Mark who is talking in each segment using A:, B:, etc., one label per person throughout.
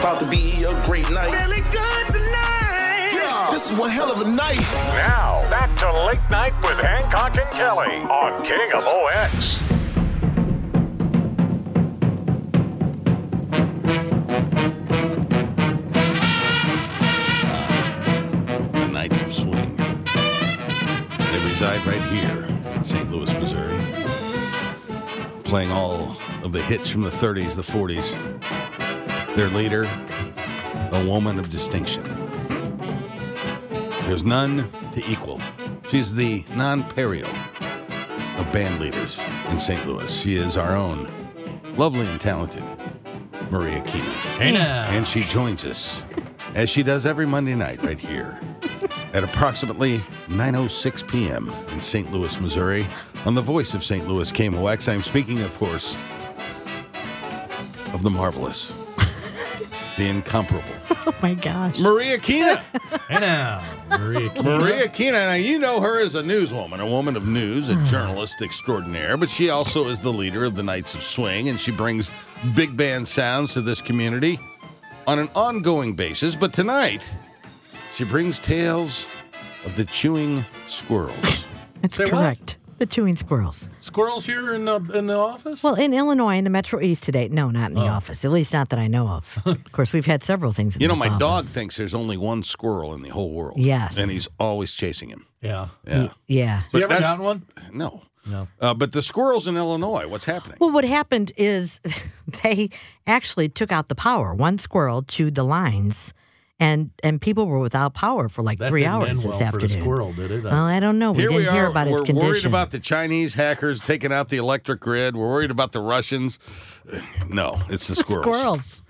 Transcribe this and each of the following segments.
A: About to be a great night.
B: Feeling good tonight.
A: Yeah, this is one hell of a night.
C: Now, back to Late Night with Hancock and Kelly on King of OX.
D: the Knights of Swing. They reside right here in St. Louis, Missouri, playing all of the hits from the 30s, the 40s. Their leader, a woman of distinction. There's none to equal. She's the non perial of band leaders in St. Louis. She is our own lovely and talented Maria Keenan. And she joins us, as she does every Monday night right here at approximately 9.06 p.m. in St. Louis, Missouri, on the voice of St. Louis KMOX. I'm speaking, of course, of the marvelous, the incomparable
E: Oh my gosh.
D: Maria Keena.
F: Hey now, Maria.
D: Maria Keena, now you know her as a newswoman, a woman of news, a journalist extraordinaire, but she also is the leader of the Knights of Swing, and she brings big band sounds to this community on an ongoing basis. But tonight, she brings tales of the chewing squirrels.
E: That's
F: Say what?
E: correct. The chewing squirrels.
F: Squirrels here in the in the office.
E: Well, in Illinois, in the Metro East today, no, not in
F: Oh.
E: the office. At least, not that I know of. of course, we've had several things. In
D: you know,
E: this
D: my dog
E: office.
D: thinks there's only one squirrel in the whole world.
E: Yes.
D: And he's always chasing him.
F: yeah.
D: Yeah.
E: Yeah.
D: But
F: you ever
D: that's-
F: gotten one?
D: No.
F: No.
D: Uh, but the squirrels in Illinois, what's happening?
E: Well, what happened is they actually took out the power. One squirrel chewed the lines, and and people were without power for like
F: That
E: three
F: didn't
E: hours
F: end well
E: this
F: for
E: afternoon.
F: the uh, squirrel, did it?
E: Well, I don't know. We
D: Here
E: didn't
D: we are.
E: hear about his
D: We're
E: condition.
D: worried about the Chinese hackers taking out the electric grid. We're worried about the Russians. Uh, No, it's the
E: The
D: squirrels.
E: squirrels.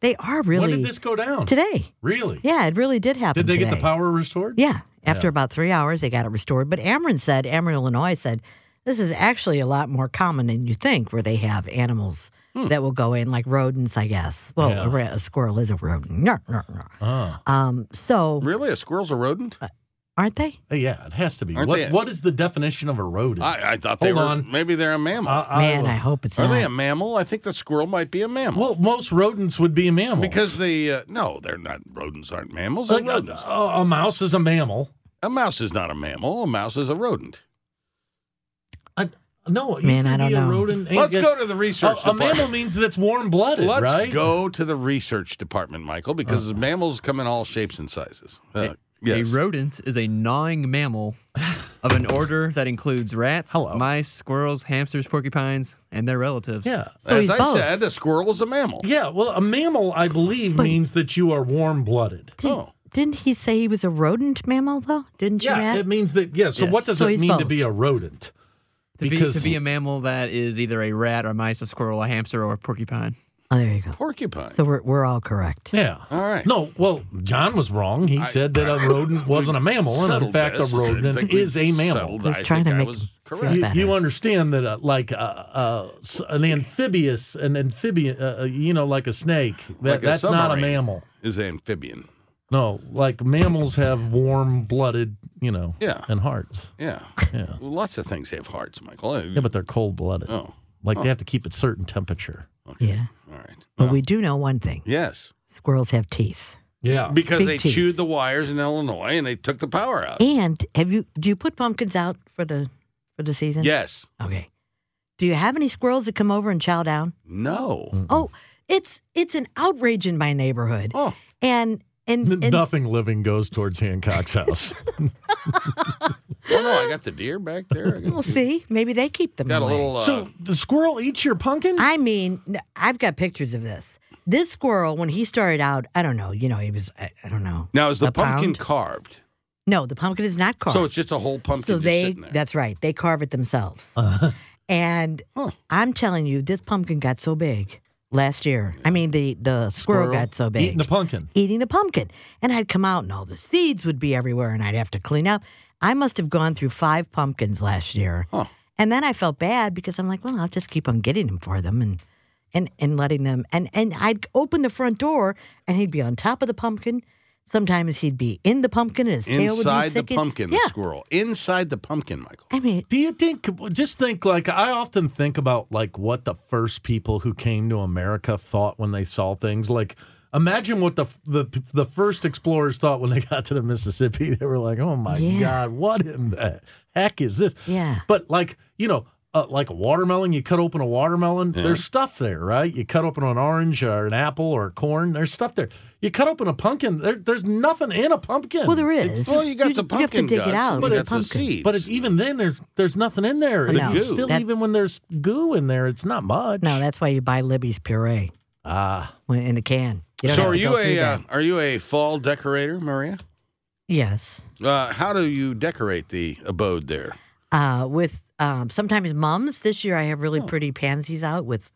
E: They are really
F: when did this go down?
E: today.
F: Really?
E: Yeah, it really did happen.
F: Did they get the
E: today.
F: power restored?
E: Yeah. After about three hours, they got it restored. But Ameren said, Ameren, Illinois said, this is actually a lot more common than you think, where they have animals that will go in, like rodents, I guess. Well,
F: Yeah.
E: a, ra- a squirrel is a rodent. Nyah, nyah, nyah.
F: Oh.
E: Um, so,
D: Really? A squirrel's a rodent?
E: aren't they?
F: Yeah, it has to be.
D: Aren't
F: What,
D: they-
F: what is the definition of a rodent?
D: I, I thought they
F: Hold
D: were.
F: on.
D: Maybe they're a mammal.
F: I- I
E: Man,
F: will-
E: I hope it's
D: Are
E: not.
D: they a mammal? I think the squirrel might be a mammal.
F: Well, most rodents would be mammals
D: because the uh, no, they're not. Rodents aren't mammals. They're
F: like, uh, a,
D: rodents.
F: a- a mouse is a mammal.
D: a mouse is not a mammal. A mouse is a rodent.
F: I, no, you
E: Man,
F: can
E: I don't
F: be a
E: know.
F: rodent and
D: Let's
F: get-
D: go to the research
F: A, a
D: department.
F: mammal means that it's warm blooded,
D: Let's
F: right?
D: go to the research department, Michael, because mammals come in all shapes and sizes. Uh,
G: A rodent is a gnawing mammal of an order that includes rats,
F: Hello.
G: mice, squirrels, hamsters, porcupines, and their relatives.
F: Yeah.
E: So
D: As
E: he's
D: I
E: both.
D: said, a squirrel is a mammal.
F: Yeah, well, a mammal, I believe, means that you are warm blooded.
E: Did,
D: Oh.
E: Didn't he say he was a rodent mammal, though? Didn't you,
F: Yeah,
E: Matt?
F: it means that. Yeah, so
G: Yes.
F: what does
E: So
F: it
E: he's
F: mean to
E: both.
F: be a rodent?
G: To be,
F: because
G: to be a mammal that is either a rat, a mice, a squirrel, a hamster, or a porcupine.
E: oh, there you go.
D: Porcupine.
E: So we're, we're all correct.
F: yeah.
D: All right.
F: No, well, John was wrong. He said that a rodent wasn't a mammal, and in
D: Settled
F: fact,
D: this.
F: a
D: I
F: rodent
D: think we
F: is a mammal.
D: settled.
E: He's
D: I
E: trying
D: think
E: to
D: I
E: make
D: was
E: you
D: correct.
E: feel
F: You,
E: better.
F: you understand that, uh, like uh, uh, s- an amphibious, an amphibian, uh, uh, you know, like a snake. That,
D: Like a
F: that's not a
D: submarine.
F: mammal.
D: Is amphibian.
F: No, like mammals have warm blooded, you know,
D: Yeah.
F: and hearts.
D: Yeah.
F: Yeah.
D: Well, lots of things have hearts, Michael.
F: Yeah, but they're cold blooded.
D: oh,
F: Like they have to keep at certain temperature.
E: Yeah.
D: all right.
E: But we do know one thing
D: Yes,
E: squirrels have teeth.
F: Yeah.
D: because
E: Big
D: they
E: teeth.
D: chewed the wires in Illinois and they took the power out.
E: And have you, do you put pumpkins out for the, for the season?
D: Yes.
E: Okay. Do you have any squirrels that come over and chow down?
F: Mm.
D: No.
E: Oh, it's it's an outrage in my neighborhood.
D: Oh,
E: And and, and
F: Nothing living goes towards Hancock's house.
D: well, no, I got the deer back there. I got,
E: We'll see. Maybe they keep them.
D: got a
E: away.
D: little. Uh,
F: so the squirrel eats your pumpkin?
E: I mean, n- I've got pictures of this. This squirrel, when he started out, I don't know. You know, he was I, I don't know.
D: now is the
E: a
D: pumpkin
E: pound?
D: carved?
E: No, the pumpkin is not carved.
D: So it's just a whole pumpkin
E: So
D: just
E: they
D: sitting there. Uh-huh.
E: that's right. They carve it themselves. And
D: Huh.
E: I'm telling you, this pumpkin got so big last year. I mean, the the squirrel, got so big.
F: Eating the pumpkin.
E: eating the pumpkin. And I'd come out and all the seeds would be everywhere and I'd have to clean up. I must have gone through five pumpkins last year.
D: Huh.
E: And then I felt bad because I'm like, well, I'll just keep on getting them for them and and and letting them and and I'd open the front door and he'd be on top of the pumpkin. Sometimes he'd be in the pumpkin and his tail would be
D: Inside the
E: sticking.
D: pumpkin,
E: Yeah.
D: the squirrel. Inside the pumpkin, Michael.
E: I mean,
F: Do you think, just think like, I often think about like what the first people who came to America thought when they saw things. Like, Imagine what the, the the first explorers thought when they got to the Mississippi. They were like, "Oh my
E: Yeah.
F: God, what in the heck is this?"
E: Yeah.
F: But like you know, uh, like a watermelon, you cut open a watermelon. There's stuff there, right? You cut open an orange or an apple or corn. There's stuff there. You cut open a pumpkin. There, there's nothing in a pumpkin.
E: Well, there
F: It's-
E: is.
D: Well, you got the
E: You have to
D: pumpkin
E: dig
D: guts.
E: it out.
D: But
E: with
D: it's
E: the
D: the
E: pumpkin.
D: seeds.
F: But it, even then, there's there's nothing in there.
E: The
F: And
E: goo.
F: Still,
E: That-
F: even when there's goo in there, it's not much.
E: No, that's why you buy Libby's puree. Ah, in the can. You don't
D: So
E: have
D: are
E: to
D: you
E: go through
D: a uh,
E: that.
D: are you a fall decorator, Maria?
E: yes?
D: Uh, how do you decorate the abode there?
E: Uh, with um, sometimes mums. This year I have
F: Oh.
E: really pretty pansies out with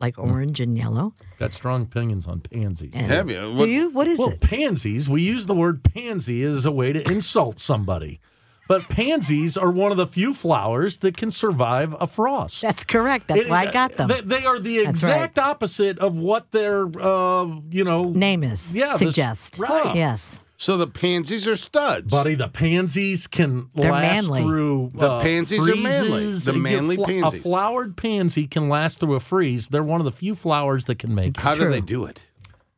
E: like
F: Mm.
E: orange and yellow.
F: Got strong opinions on pansies.
E: And
D: Have you? What-
E: do you? What is
F: well,
E: it?
F: pansies, we use the word pansy as a way to insult somebody. But pansies are one of the few flowers that can survive a frost.
E: That's correct. That's
F: It- uh,
E: why I got them.
F: They, they are the
E: That's
F: exact opposite of what their, uh, you know,
E: Name is
F: Yeah, this-
E: suggest.
F: right.
E: Yes.
D: So the pansies are studs.
F: buddy. The pansies can
E: They're
F: last
E: manly.
F: through.
D: The
F: uh,
D: pansies are manly.
F: freezes.
D: The
F: You get
D: manly
F: fl- A
D: pansies.
F: flowered pansy can last through a freeze. They're one of the few flowers that can make. it.
D: how do
E: true.
D: they do it?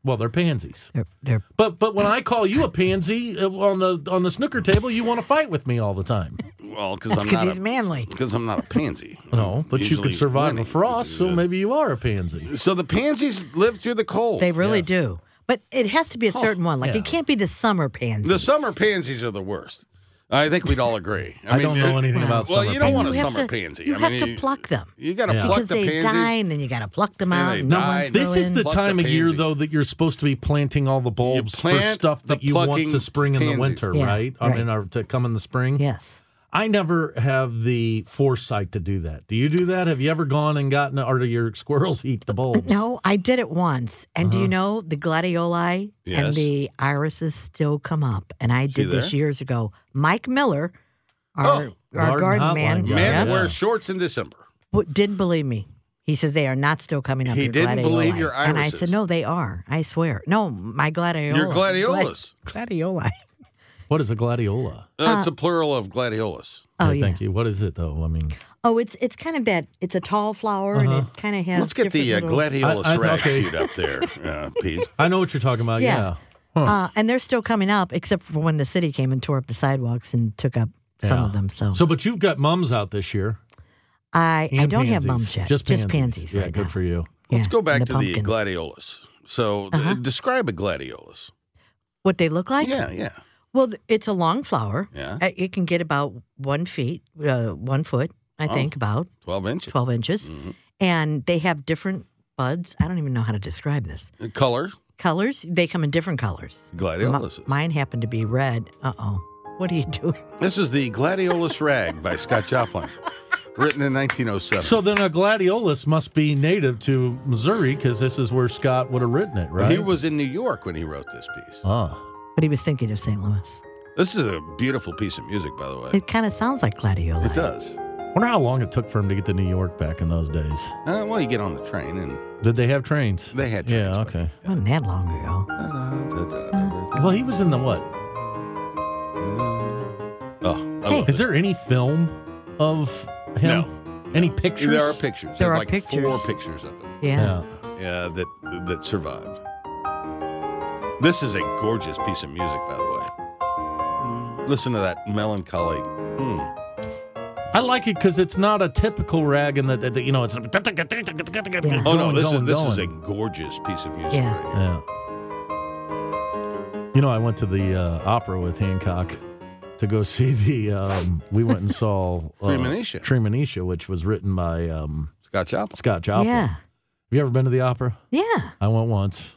F: Well, they're pansies.
E: They're, they're
F: But but when I call you a pansy uh, on the on the snooker table, you want to fight with me all the time.
D: Well, because I'm
E: because
D: not
E: he's
D: a,
E: manly.
D: because I'm not a pansy.
F: No, but you
D: Usually
F: could survive
D: winning.
F: a frost, so maybe you are a pansy.
D: So the pansies live through the cold.
E: They really
F: Oh, Yes.
E: do. But it has to be a certain one. Like
F: yeah.
E: it can't be the summer Um, pansy.
D: the summer pansies are the worst. I think we'd all agree.
F: I, don't know
D: it-
F: anything about
D: Well,
F: summer
D: you don't want a
F: pansies.
E: You have
D: summer
E: to-
D: pansy.
E: You
D: I
E: have
D: mean,
E: to pluck them
D: You got to
F: Yeah.
D: pluck
E: because
D: the
E: they
D: pansies.
E: die, and then you got to pluck them
D: And
E: out.
D: they
E: and no
D: die.
E: one's
F: This is
E: growing.
F: the
D: Pluck the
F: time of year,
D: pansy.
F: though, that you're supposed to be planting all the bulbs for
D: plant
F: stuff
D: the
F: that you want
D: plucking
F: to spring in the
D: pansies.
F: winter,
E: Yeah,
F: right? I
E: right.
F: mean, or to come in the spring.
E: Yes.
F: I never have the foresight to do that. Do you do that? Have you ever gone and gotten, or do your squirrels eat the bulbs?
E: No, I did it once. And do you know the gladioli
D: Uh-huh. Yes.
E: and the irises still come up? And I did this
D: there?
E: years ago. Mike Miller,
D: Oh,
E: our, our
F: Garden
E: garden
F: hotline
E: man,
F: guy.
D: Man
F: Yeah.
D: that wears shorts in December.
E: w- didn't believe me. He says they are not still coming up.
D: He
E: your
D: didn't believe
E: gladioli."
D: your
E: And I
D: irises.
E: said, no, they are. I swear. No, my gladiola.
D: Your gladiolas.
E: Gladioli.
F: What is a gladiola?
D: Uh, it's a plural of gladiolus.
E: Oh,
F: Okay,
E: yeah.
F: Thank you. What is it, though? I mean,
E: Oh, it's it's kind of that. It's a tall flower, and it kind of has.
D: Uh-huh. Let's get the uh,
E: different little-
D: gladiolus
F: I- I-
D: rag
F: okay.
D: queued up there, uh, Pete.
F: I know what you're talking about.
E: Yeah.
F: yeah.
E: Uh, and they're still coming up, except for when the city came and tore up the sidewalks and took up some of them. So,
F: So, but you've got mums out this year.
E: I, I
F: and
E: don't have
F: pansies.
E: mums yet.
F: Just pansies. yeah,
E: right
F: good
E: now.
F: for you.
D: Let's
E: Yeah,
D: go back
E: and
D: to the
E: pumpkins. Uh-huh.
D: gladiolus. So uh, describe a gladiolus.
E: What they look like?
D: Yeah, yeah.
E: Well, th- it's a long flower.
D: Yeah.
E: Uh, It can get about one feet, uh, one foot, I
D: Oh.
E: think, about
D: 12 inches.
E: 12 inches.
D: mm-hmm.
E: And they have different buds. I don't even know how to describe this.
D: Uh, Color,
E: Colors, they come in different colors. Mi-
D: gladiolus.
E: mine happened to be red. Uh oh. What are you doing?
D: This is the Gladiolus Rag by Scott Joplin, written in 1907.
F: So then a gladiolus must be native to Missouri because this is where Scott would have written it, right?
D: He was in New York when he wrote this
E: Oh.
D: piece.
F: Ah.
E: But he was thinking of St. Louis.
D: This is a beautiful piece of music, by the way.
E: It kind of sounds like gladioli.
D: It does.
F: Wonder how long it took for him to get to New York back in those days.
D: Uh, well, you get on the train and.
F: Did they have trains?
D: They had trains
F: Yeah,
D: back
F: okay.
E: Wasn't that long ago. Uh-huh.
F: Well, he was in the what?
D: Oh, I
E: Hey.
D: love
F: Is
D: it.
F: there any film of him? Any pictures?
D: There are pictures.
E: There
D: There's
E: are
D: like four
E: pictures.
D: pictures of him
E: Yeah.
F: Yeah.
D: uh, that that survived. This is a gorgeous piece of music, by the
F: Mm.
D: way. Listen to that melancholy. Mm.
F: I like it because it's not a typical rag and that, that- that, you know it's. Yeah.
D: Oh no, this is this is a gorgeous piece of music.
E: Yeah.
D: Right here.
F: Yeah. You know, I went to the uh, opera with Hancock to go see the. Um, we went and saw uh,
D: Tremonisha.
F: Tremonisha, which was written by um,
D: Scott Joplin.
F: Scott Joplin.
E: Yeah.
F: Have you ever been to the opera?
E: Yeah.
F: I went once.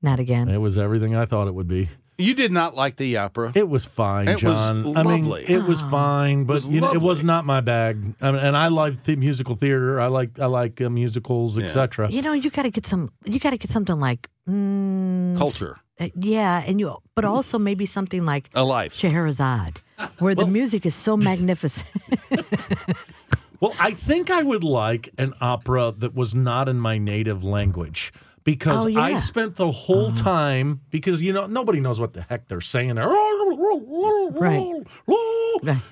E: Not again.
F: It was everything I thought it would be.
D: You did not like the opera.
F: It was fine,
D: It was
F: John.
D: lovely.
F: I mean, it was
E: Aw.
F: fine, but
D: was
F: you know, it was
D: lovely.
F: not my bag. I mean, and I like the musical theater. I like I like uh, musicals,
D: Yeah.
F: etc.
E: You know, you got to get some. You got to get something like mm,
D: Culture,
E: uh, yeah, and you, but also maybe something like
D: a life.
E: Scheherazade, where the music is so magnificent.
F: Well, I think I would like an opera that was not in my native language because
E: Oh, yeah. Mm-hmm.
F: I spent the whole time because you know nobody knows what the heck they're saying. There. Right.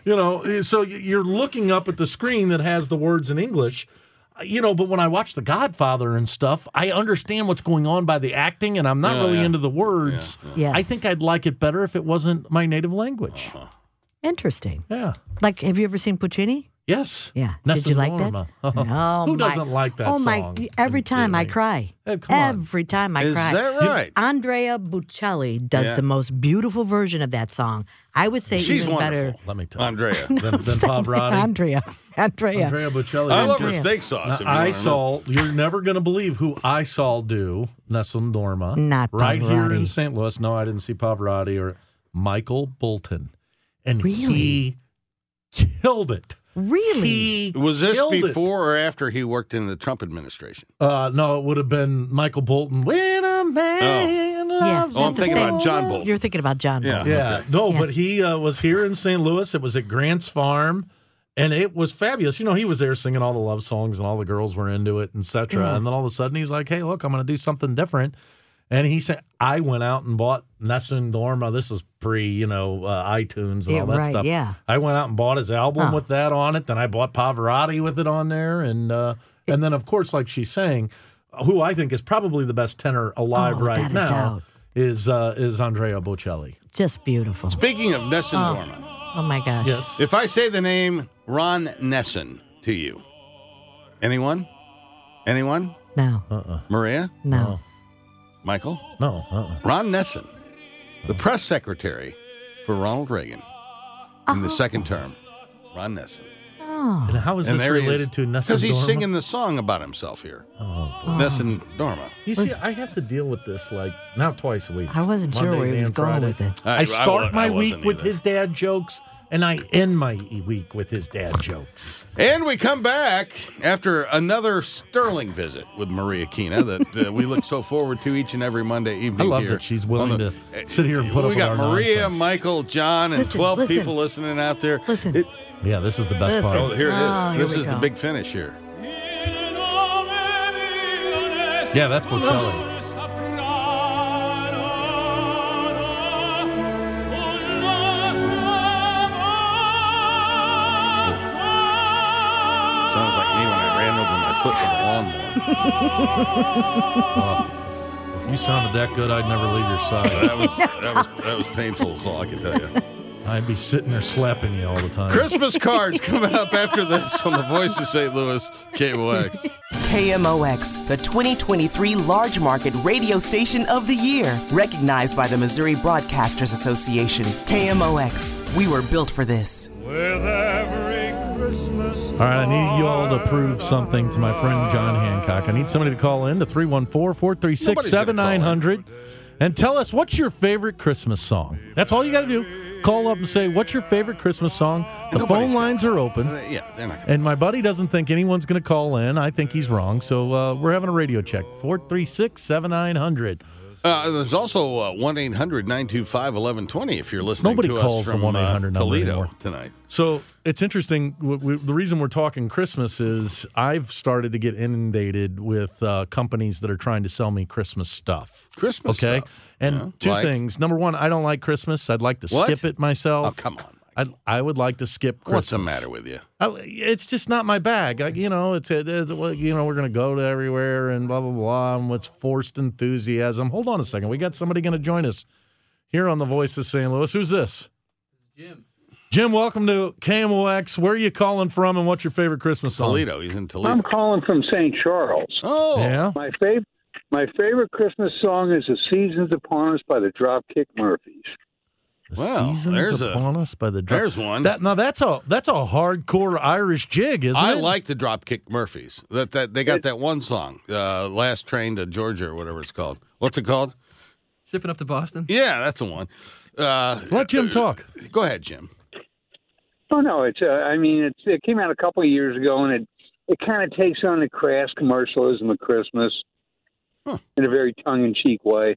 F: You know, so y- you're looking up at the screen that has the words in English. you know, but when I watch The Godfather and stuff, I understand what's going on by the acting, and I'm not
D: Yeah,
F: really
D: yeah.
F: into the words.
E: Yes.
F: I think I'd like it better if it wasn't my native language.
D: Uh-huh.
E: Interesting.
F: Yeah.
E: Like, have you ever seen Puccini?
F: Yes.
E: Yeah.
F: Nessa
E: Did you like
F: Norma.
E: that? No. my-
F: Who doesn't like that
E: Oh
F: song
E: my! Every
F: in
E: time I
F: theory?
E: cry.
F: Hey, come on.
E: Every time I
D: Is
E: cry.
D: that right?
E: Andrea Bocelli does
D: Yeah.
E: the most beautiful version of that song. I would say
D: She's
E: even
D: wonderful.
E: better.
F: Let me tell you.
D: Andrea.
F: Then, then Pavarotti.
E: Andrea. Andrea.
F: Andrea Bocelli.
D: I love
F: did
D: her steak sauce. if you
F: I
D: wanna know.
F: saw. You're never going to believe who I saw do Nessun Dorma.
E: Not
F: right here in
E: Pavarotti.
F: St. Louis. No, I didn't see Pavarotti or Michael Bolton, and he killed it.
E: Really?
F: He
D: Was this
F: killed it.
D: before or after he worked in the Trump administration?
F: Uh, no, it would have been Michael Bolton. When a man
E: yeah.
F: loves
D: Oh, I'm
E: the
D: thinking
E: same-
D: about John Bolton.
E: You're thinking about John
D: Yeah.
E: Bolton.
F: Yeah, no, but
E: Yes.
F: he uh, was here in St. Louis. It was at Grant's Farm, and it was fabulous. You know, he was there singing all the love songs, and all the girls were into it, etc.
E: Mm.
F: And then all of a sudden, he's like, "Hey, look, I'm going to do something different." And he said, "I went out and bought Nessun Dorma. This was pre, you know, uh, iTunes and
E: Yeah,
F: all that
E: right,
F: stuff.
E: yeah.
F: I went out and bought his album
E: Huh.
F: with that on it. Then I bought Pavarotti with it on there, and uh, and then of course, like she's saying, who I think is probably the best tenor alive
E: Oh,
F: right
E: without a
F: now."
E: doubt.
F: Is uh, is Andrea Bocelli?
E: Just beautiful.
D: Speaking of Nessun
F: Ah.
D: Dorma,
E: Oh my gosh.
F: Yes.
D: if I say the name Ron Nessun to you, anyone? Anyone?
E: No.
D: Uh, Maria?
E: No.
D: Michael?
F: No. Uh-uh.
D: Ron Nesson, the press secretary for Ronald Reagan in the
E: Uh-huh.
D: second term. Ron Nesson.
E: Oh.
F: And how is this related to Nessun
D: Because he's
F: Dorma? Oh, Ah.
D: singing the song about himself here. Nessun Dorma.
F: You see, I have to deal with this like now twice a week.
E: I wasn't sure where he was
F: and
E: going with
F: Fridays.
E: it.
D: I-
F: I,
D: I
F: start
D: wa- I
F: my week
D: wasn't
F: with
D: either.
F: his dad jokes, and I end my e- week with his dad jokes.
D: And we come back after another sterling visit with Maria Kina that uh, we look so forward to each and every Monday evening.
F: I love
D: here
F: that she's
D: on
F: willing
D: the-
F: to sit here and put
D: we
F: up
D: got
F: with our
D: Maria,
F: nonsense.
D: Michael, John, and
E: Listen,
D: 12
E: listen.
D: people listening out there.
E: Listen.
D: It-
F: Yeah, this is the best
E: Listen.
D: oh,
F: part.
D: here it is.
E: Oh, here
D: this
E: we
D: is the
E: go.
D: big finish here.
F: Yeah, that's Bocelli.
D: Sounds like me when I ran over my foot with a lawnmower.
F: You sounded that good, I'd never leave your side.
D: That was, that was that was painful. Is all I can tell you.
F: I'd be sitting there slapping you all the time.
D: Christmas cards coming up after this on the Voice of St. Louis KOX.
H: KMOX, the 2023 Large Market Radio Station of the Year, recognized by the Missouri Broadcasters Association. KMOX, we were built for this.
F: All right, I need you all to prove something to my friend John Hancock. I need somebody to call in to 314 436 7900 and tell us what's your favorite Christmas song. That's all you got to do. Call up and say, What's your favorite Christmas song? The phone
D: Nobody's gonna- Uh,
F: lines are open.
D: Yeah, they're not. Gonna,
F: And my buddy doesn't think anyone's going to call in. I think he's wrong. So uh, we're having a radio check 436 7900.
D: uh, there's also one 1120 if you're listening.
F: Nobody
D: to
F: calls
D: us
F: the
D: from,
F: 1-800
D: uh,
F: number
D: Toledo
F: anymore.
D: tonight.
F: So it's interesting. W w the reason we're talking Christmas is I've started to get inundated with uh, companies that are trying to sell me Christmas stuff.
D: Christmas
F: okay.
D: stuff,
F: And
D: yeah,
F: two
D: like?
F: things. Number one, I don't like Christmas. I'd like to
D: What?
F: skip it myself.
D: Oh, come on. Mike.
F: I I would like to skip Christmas.
D: What's the matter with you?
F: I, Oh, it's just not my bag. I, you know, it's, it- it's well, you know we're gonna go to everywhere and blah blah blah. And what's forced enthusiasm? Hold on a second. We got somebody gonna join us here on the Voice of St. Louis. Who's this? Jim. Jim, welcome to KMOX. Where are you calling from, and what's your favorite Christmas song?
D: Toledo. He's in
I: I'm
D: Toledo.
I: calling from St. Charles.
D: Oh,
F: Yeah.
I: My favorite, my favorite Christmas song is "The Seasons Upon Us" by the Dropkick Murphys.
F: The
D: Well,
F: seasons
D: there's a-
F: upon us by the. Dro-
D: there's one.
F: That, now that's a that's a hardcore Irish jig, isn't
D: I
F: it?
D: like the Dropkick Murphys. That that they got that one song, uh, "Last Train to Georgia" or whatever it's called. What's it called?
G: Shipping up to Boston.
D: Yeah, that's the one. Uh,
F: Let Jim talk.
D: go ahead, Jim.
I: Oh no, it's uh, I mean it's it came out a couple of years ago and it it kind of takes on the crass commercialism of Christmas in a very tongue in cheek way.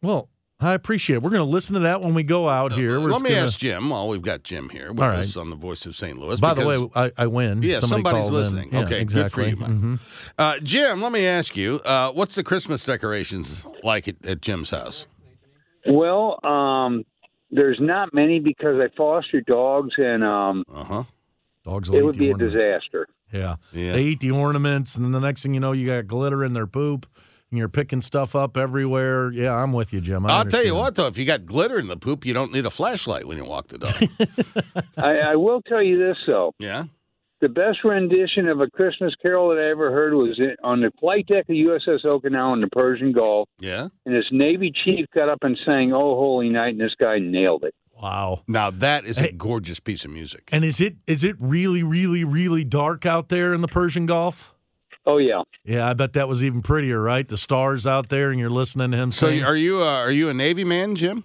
F: Well, I appreciate it. We're gonna listen to that when we go out here. We're
D: Uh, Let
F: just
D: me
F: gonna-
D: ask Jim. While we've got Jim here with
F: All right.
D: us on the Voice of St. Louis.
F: By the
D: because-
F: way, I, I win.
D: Yeah,
F: Somebody
D: somebody's
F: called in.
D: listening.
F: Yeah,
D: okay,
F: exactly.
D: good for you, Mike.
F: Mhm.
D: Uh, Jim, let me ask you, uh, what's the Christmas decorations like at, at Jim's house?
I: Well, um, there's not many because I foster dogs and um,
D: Uh huh.
F: Dogs will
I: it
F: eat
I: would
F: the
I: be a
F: ornament.
I: disaster.
F: Yeah.
D: Yeah.
F: They eat the ornaments, and then the next thing you know, you got glitter in their poop, and you're picking stuff up everywhere. Yeah, I'm with you, Jim. I
D: I'll tell you
F: understand.
D: what, though, if you got glitter in the poop, you don't need a flashlight when you walk the dog.
I: I, I will tell you this though:
D: yeah.
I: the best rendition of a Christmas Carol that I ever heard was in- on the flight deck of USS Okinawa in the Persian Gulf,
D: Yeah.
I: and this Navy chief got up and sang "Oh Holy Night," and this guy nailed it.
F: Wow.
D: Now that is a
F: Hey.
D: gorgeous piece of music.
F: And is it is it really, really, really dark out there in the Persian Gulf?
I: Oh yeah,
F: Yeah, I bet that was even prettier, right? The stars out there, and you're listening to him.
D: So
F: sing.
D: you- are you uh, are you a Navy man, Jim?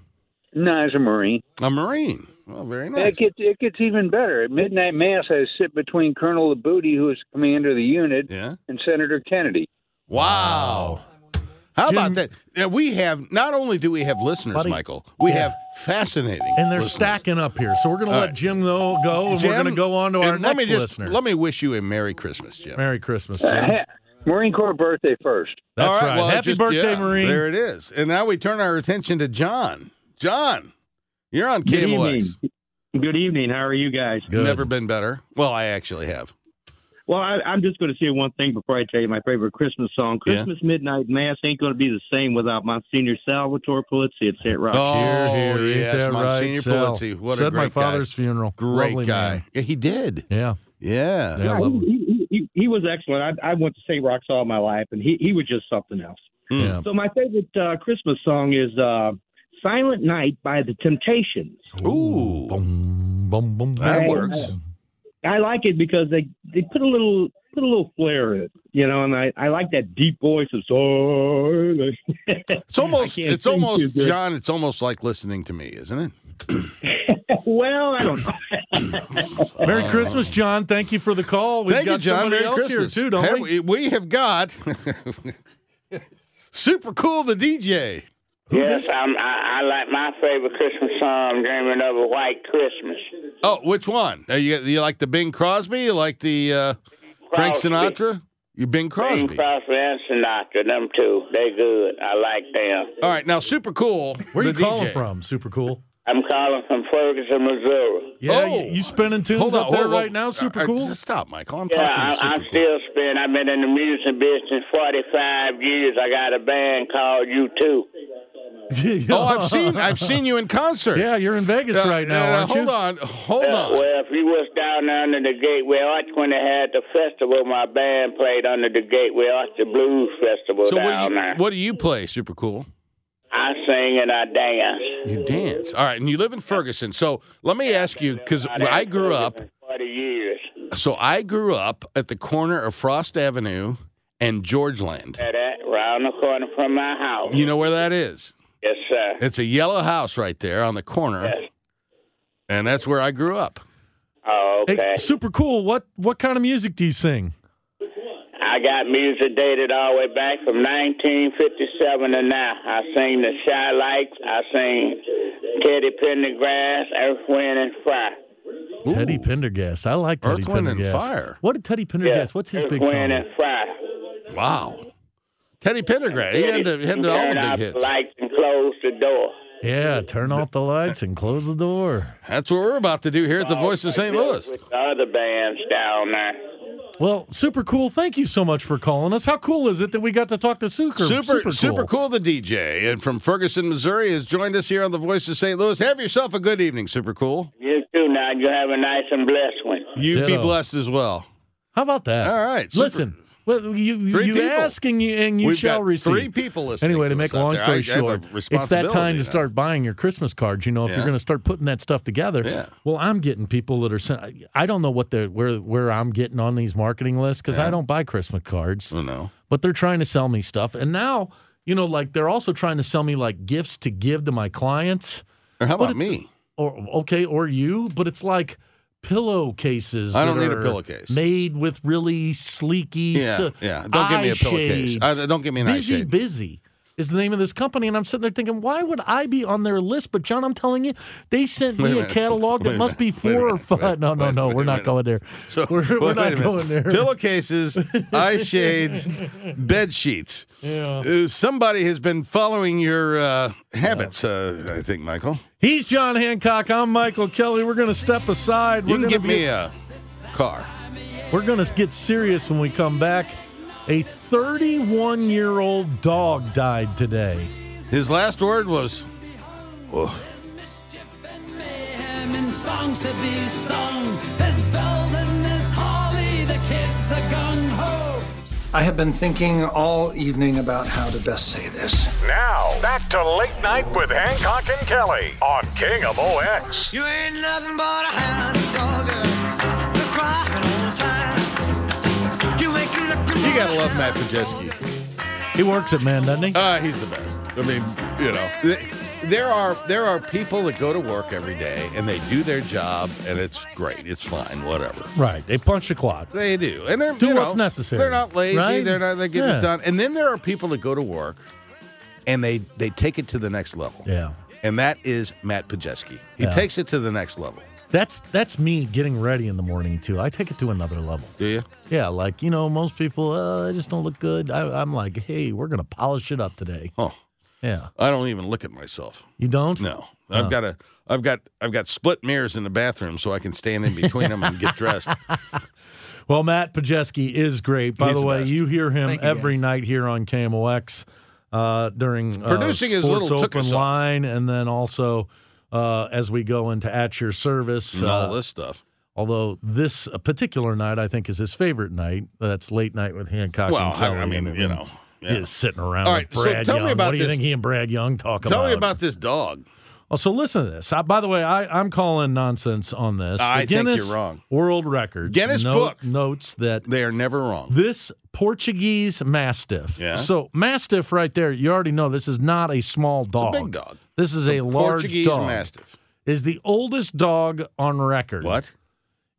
I: no, as a Marine,
D: A Marine. Well, very
I: And
D: nice.
I: it gets it gets even better. At midnight mass, I sit between Colonel Labooty, who is commander of the unit,
D: Yeah.
I: and Senator Kennedy.
D: Wow. How
F: Jim-
D: about that? Yeah, we have not only do we have listeners,
F: Buddy.
D: Michael, we have fascinating
F: and they're
D: listeners.
F: stacking up here. So we're going to
D: All
F: let
D: right.
F: Jim though go, and we're
D: Jim,
F: going to go on to our
D: and let
F: next
D: me just,
F: listener.
D: Let me wish you a Merry Christmas, Jim.
F: Merry Christmas,
I: Uh,
F: Jim.
I: ha- Marine Corps birthday first.
F: That's
D: All
F: right.
D: right. Well,
F: Happy
D: just-
F: birthday,
D: yeah,
F: Marine.
D: There it is. And now we turn our attention to John. John, you're on KMOX.
J: Good evening. How are you guys?
F: Good.
D: Never been better. Well, I actually have.
J: Well, I, I'm just going to say one thing before I tell you my favorite Christmas song.
D: Yeah.
J: Christmas Midnight Mass ain't going to be the same without Monsignor Salvatore Polizzi at St. Rock.
D: Oh,
F: Here, here, ain't
D: yes,
F: that
D: Monsignor
F: right, Sal?
D: Polizzi. What
F: Said
D: a great
F: my father's funeral.
D: guy. Great
F: Lovely
D: guy.
F: man.
D: Yeah, he did.
F: Yeah.
D: Yeah.
F: Yeah. I
J: he,
F: love him.
J: he- he- he was excellent. I, I went to St. Rock's all my life, and he, he was just something else.
D: Mm.
F: Yeah.
J: So my favorite uh, Christmas song is uh, Silent Night by The Temptations.
D: Ooh.
F: Boom, boom, boom,
D: That
F: boom.
D: works.
J: I like it because they, they put a little put a little flair in it, you know, and I, I like that deep voice of Silent
D: It's almost
J: I can't
D: it's
J: think
D: almost
J: of it.
D: John, it's almost like listening to me, isn't it?
J: Well, I don't know.
F: Merry Christmas, John. Thank you for the call. We've
D: Oh. Thank
F: got
D: you, John.
F: somebody
D: Merry
F: else
D: Christmas.
F: here too, don't
D: Hey, we?
F: we?
D: we have got Super Cool the DJ.
K: Yes, I'm, I, I like my favorite Christmas song. I'm dreaming of a white Christmas.
D: Oh, which one? Now you you like the Bing Crosby? You like the uh, Frank
K: Crosby.
D: Sinatra? You Bing Crosby.
K: Bing Crosby and Sinatra, them two. They good. I like them.
D: All right, now Super Cool.
F: Where you
D: the
F: calling
D: DJ.
F: from? Super cool.
K: I'm calling from Ferguson, Missouri.
F: Yeah,
D: Oh.
F: you, you spinning tunes
D: Hold on,
F: up there
D: hold on.
F: right now? Super
D: Uh, uh,
F: cool.
D: just Stop, Michael. I'm
K: Yeah,
D: talking
K: I,
D: to
K: I'm
D: Super Cool.
K: still spinning. I've been in the music business 45 years. I got a band called U2.
D: Oh, I've seen I've seen you in concert.
F: Yeah, you're in Vegas
D: Uh,
F: right now,
D: uh,
F: aren't
D: hold
F: you?
D: on, hold
K: Uh,
D: on.
K: well, if you was down there under the Gateway Arch when they had the festival, my band played under the Gateway Arch, the Blues Festival
D: so what
K: down
D: do you
K: there.
D: what do you play? Super Cool.
K: I sing and I dance.
D: You dance. All right, and you live in Ferguson. So let me ask you, because I grew up.
K: Forty years
D: So I grew up at the corner of Frost Avenue and Georgeland.
K: at that round the corner from my house.
D: You know where that is?
K: yes, sir.
D: It's a yellow house right there on the corner,
K: Yes.
D: and that's where I grew up.
K: Oh,
F: Hey,
K: okay.
F: super cool. What what kind of music do you sing?
K: I got music dated all the way back from 1957 to now. I sing the Shy Lights. I sing Teddy Pendergrass, Earth, Wind, and Fire.
F: Teddy Pendergast. I like Teddy
D: Earth, Wind, and
F: Pendergast.
D: Fire.
F: What did Teddy Pendergast? What's his
K: Earth,
F: big
K: Wind,
F: song?
K: and Fire.
D: Wow. Teddy Pendergrass. He had the, he had the, all
K: Turn
D: the
K: out
D: big
K: the
D: hits.
K: lights and close the door.
F: Yeah, turn off the lights and close the door.
D: That's what we're about to do here at the Voice of St. Louis.
K: With the other bands down there.
F: Well, super cool. Thank you so much for calling us. How cool is it that we got to talk to Super?
D: Super,
F: cool.
D: super cool. The DJ and from Ferguson, Missouri, has joined us here on the Voice of St. Louis. Have yourself a good evening, Super Cool.
K: You too now. You have a nice and blessed one.
D: You be
F: Ditto.
D: blessed as well.
F: How about that?
D: All right, super-
F: Listen, well, you you,
D: Three
F: you
D: people.
F: ask and you, and you
D: We've
F: shall
D: got
F: receive.
D: three people listening
F: Anyway,
D: to
F: to make
D: us
F: a
D: out
F: long
D: there. I- I
F: story
D: have a
F: short, it's that
D: responsibility
F: time
D: now.
F: to start buying your Christmas cards. You know, if
D: Yeah.
F: you're going to start putting that stuff together.
D: Yeah.
F: Well, I'm getting people that are. sen- I- I don't know what the where where I'm getting on these marketing lists because I don't buy Christmas cards,
D: Oh, no.
F: but they're trying to sell me stuff, and now you know, like they're also trying to sell me like gifts to give to my clients
D: Or how
F: But
D: about
F: it's-
D: me?
F: or okay, or you, but it's like pillowcases.
D: I don't
F: that
D: need a
F: are
D: pillowcase.
F: Made with really sleeky.
D: Yeah,
F: s-
D: yeah. Don't give me a
F: eye
D: pillowcase.
F: shades.
D: Uh, don't give me an eye
F: busy,
D: shade.
F: busy. Is the name of this company, and I'm sitting there thinking, why would I be on their list? But John, I'm telling you, they sent
D: Wait a
F: me a,
D: minute.
F: catalog
D: Wait
F: that
D: a
F: must be
D: minute. Wait a
F: four or
D: minute.
F: five.
D: Wait-
F: no, no,
D: wait-
F: no,
D: wait
F: we're
D: a
F: not
D: minute.
F: going there.
D: So
F: we're, we're
D: wait a
F: not
D: minute.
F: going there.
D: Pillowcases, eye shades, bed sheets. Uh, somebody has been following your uh, habits. Uh, I think, Michael.
F: He's John Hancock. I'm Michael Kelly. We're going to step aside.
D: You
F: We're
D: can
F: gonna
D: give
F: be
D: me a car.
F: We're going to get serious when we come back. A 31 year old dog died today.
D: His last word was, oh.
L: and songs to be sung. There's bells and there's holly, the kids are gung ho.
M: I have been thinking all evening about how to best say this.
C: Now, back to Late Night with Hancock and Kelly on King of OX.
L: You ain't nothing but a hound dog, you're crying all the time. You ain't looking
D: You gotta love Matt Pajeski.
F: He works it, man, doesn't he?
D: Uh, he's the best. I mean, you know, th- there are there are people that go to work every day and they do their job and it's great, it's fine, whatever.
F: Right. They punch the clock.
D: They do, and they're
F: Do
D: you
F: what's
D: know,
F: necessary,
D: They're not lazy.
F: right?
D: They're not. They get
F: Yeah.
D: it done. And then there are people that go to work and they they take it to the next level.
F: Yeah.
D: And that is Matt Pajeski. He
F: Yeah.
D: takes it to the next level.
F: That's that's me getting ready in the morning too. I take it to another level.
D: Do you?
F: Yeah, like you know, most people uh, they just don't look good. I, I'm like, hey, we're gonna polish it up today.
D: Oh,
F: yeah.
D: I don't even look at myself.
F: You don't?
D: No,
F: Oh.
D: I've got a, I've got, I've got split mirrors in the bathroom so I can stand in between them and get dressed.
F: Well, Matt Pajeski is great. By
D: He's
F: the
D: the
F: way,
D: best.
F: you hear him
D: Thank you,
F: every night here on KMOX uh, during uh,
D: Producing his little
F: Sports
D: took
F: open
D: us off.
F: line, and then also uh, as we go into at your service
D: and
F: uh,
D: all this stuff.
F: Although this uh, particular night, I think, is his favorite night. That's late night with Hancock.
D: Well,
F: and
D: I-
F: Kelly,
D: I mean,
F: and
D: you know, yeah.
F: he is sitting around.
D: All
F: with
D: right, so
F: Brad
D: tell me
F: Young.
D: about
F: what do you
D: this-
F: think he and Brad Young talk
D: Tell
F: about?
D: me about this dog.
F: Oh, so listen to this. Uh, by the way, I, I'm calling nonsense on this.
D: I
F: the
D: think you're
F: Guinness
D: wrong.
F: World Records.
D: Guinness Book.
F: notes that
D: they are never wrong.
F: This Portuguese Mastiff.
D: Yeah.
F: So Mastiff, right there, you already know this is not a small dog.
D: big dog.
F: This is a large
D: Portuguese
F: dog.
D: Mastiff.
F: Is the oldest dog on record.
D: What?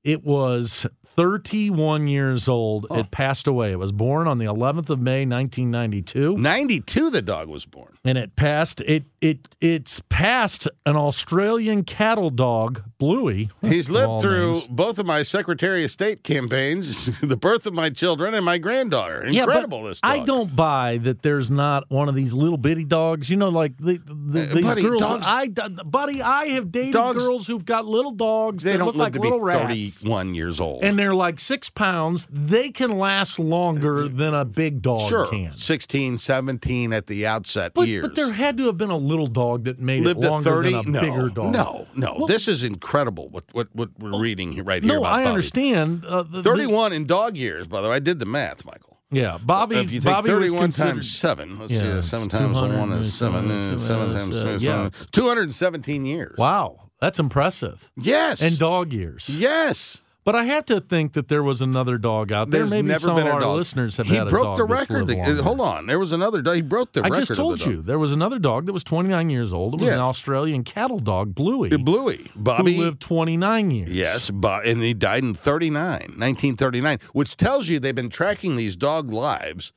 F: It was 31 years old.
D: Oh.
F: It passed away. It was born on the 11th of May, 1992.
D: 92, the dog was born.
F: And it passed. It it it's passed an Australian cattle dog, Bluey.
D: He's
F: Of all
D: lived through
F: names.
D: both of my Secretary of State campaigns, the birth of my children, and my granddaughter.
F: Yeah, but
D: Incredible, this dog.
F: I don't buy that there's not one of these little bitty dogs. You know, like the, the,
D: Uh,
F: these
D: buddy,
F: girls.
D: dogs-
F: I, buddy, I have dated
D: Dogs-
F: girls who've got little dogs.
D: They
F: that
D: don't
F: look
D: live
F: like
D: to be
F: little rats,
D: 31 years old.
F: and they're like six pounds. They can last longer than a big dog
D: Uh, sure,
F: can.
D: 16, 17 at the outset
F: But,
D: years.
F: but there had to have been a little dog that made
D: lived
F: it
D: to
F: longer
D: 30
F: than a
D: no,
F: bigger dog.
D: no no
F: Well, Oh,
D: this is incredible what what, what we're reading here- right here
F: no,
D: about
F: I
D: Bobby.
F: understand. Uh, the- the-
D: 31 in dog years by the way i did the math michael
F: Yeah, Bobby.
D: if you take
F: Bobby was
D: 31
F: considered-
D: times 7 let's
F: Yeah,
D: see uh,
F: it's
D: 7 times 1
F: 200,
D: is 7 uh, 7
F: uh,
D: times
F: uh,
D: 2 is
F: yeah.
D: 7. 217 years
F: Wow, that's impressive.
D: yes
F: And dog years.
D: yes
F: But I have to think that there was another dog out there.
D: There's
F: Maybe
D: never
F: some
D: been
F: of
D: a
F: our
D: dog.
F: listeners have
D: he
F: had
D: broke
F: a dog
D: the
F: that's
D: record.
F: lived
D: Uh,
F: longer.
D: Hold on, there was another dog. He broke the
F: I
D: record.
F: just
D: of
F: told
D: the dog.
F: you there was another dog that was 29 years old. It was
D: Yeah.
F: an Australian cattle dog, Bluey,
D: Uh, Bluey, Bobby
F: who lived 29 years.
D: Yes, but and he died in 39, 1939, which tells you they've been tracking these dog lives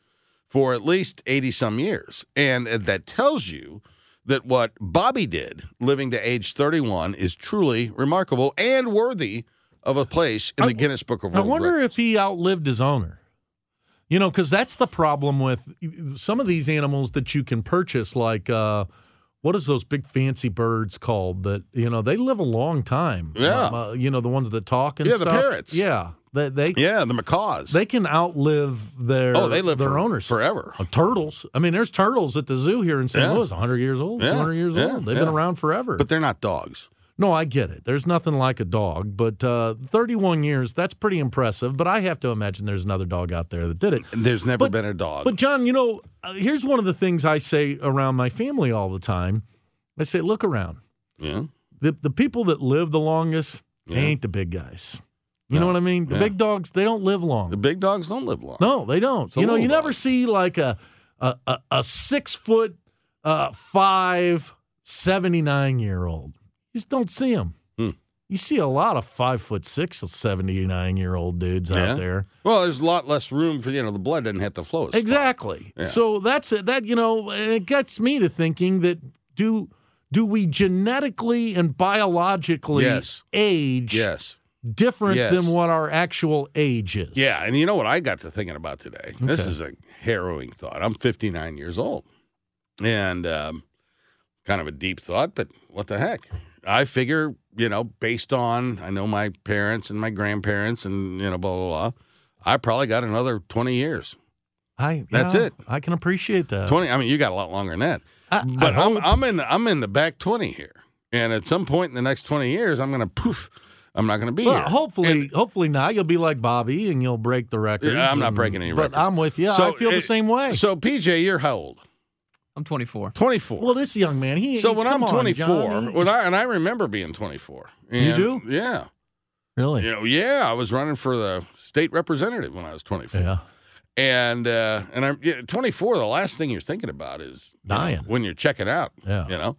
D: for at least 80 some years. And that tells you that what Bobby did living to age 31 is truly remarkable and worthy of a place in the Guinness Book of
F: I
D: World
F: wonder
D: Records.
F: if he outlived his owner. You know, because that's the problem with some of these animals that you can purchase, like uh, what is those big fancy birds called? That you know they live a long time.
D: Yeah.
F: Um, uh, you know the ones that talk and
D: Yeah, the
F: stuff.
D: parrots.
F: Yeah, they, they
D: Yeah, the macaws.
F: They can outlive their
D: oh, they live
F: their
D: for,
F: owners
D: forever.
F: Uh, turtles. I mean, there's turtles at the zoo here in St.
D: Yeah.
F: Louis, 100 years old,
D: Yeah,
F: 200 years
D: yeah,
F: old. They've
D: yeah.
F: been around forever.
D: But they're not dogs.
F: no, I get it. There's nothing like a dog, but uh, 31 years, that's pretty impressive. But I have to imagine there's another dog out there that did it.
D: There's never
F: But-
D: been a dog.
F: But, John, you know, uh, here's one of the things I say around my family all the time I say, look around.
D: yeah.
F: The, the people that live the longest,
D: Yeah.
F: they ain't the big guys. You know what I mean? The
D: Yeah.
F: big dogs, they don't live long.
D: The big dogs don't live long.
F: No, they don't.
D: a
F: you know,
D: little
F: you never see like a a, a, a six foot uh, five, 79 year old. You just don't see them.
D: Hmm.
F: You see a lot of five foot six, 79 year old dudes
D: Yeah.
F: out there.
D: Well, there's a lot less room for, you know, the blood doesn't have to flow. as
F: Exactly.
D: Yeah.
F: So that's it. That, you know, it gets me to thinking that do. Do we genetically and biologically
D: Yes.
F: age
D: Yes.
F: different
D: Yes.
F: than what our actual age is?
D: Yeah, and you know what I got to thinking about today? This
F: Okay.
D: is a harrowing thought. I'm 59 years old, and um, kind of a deep thought, but what the heck? I figure, you know, based on I know my parents and my grandparents and you know blah blah blah, I probably got another twenty years.
F: I
D: That's
F: yeah,
D: it.
F: I can appreciate that.
D: Twenty. I mean, you got a lot longer than that. but I'm I'm in I'm in the back twenty here, and at some point in the next twenty years, I'm gonna poof. I'm not gonna be
F: Well,
D: here.
F: hopefully, hopefully not. You'll be like Bobby and you'll break the record.
D: Yeah, I'm not breaking any records.
F: But I'm with you. I feel the
D: it-
F: same. way.
D: So PJ, you're how old?
G: I'm 24.
D: 24.
F: Well, this young man, he.
D: so when I'm
F: come on,
D: 24,
F: Johnny.
D: when I and I remember being 24.
F: You
D: And-
F: do?
D: Yeah.
F: Really?
D: Yeah, yeah, I was running for the state representative when I was 24.
F: Yeah.
D: And uh, and I'm yeah, 24. The last thing you're thinking about is you know,
F: Dying.
D: when you're checking out.
F: Yeah.
D: You know,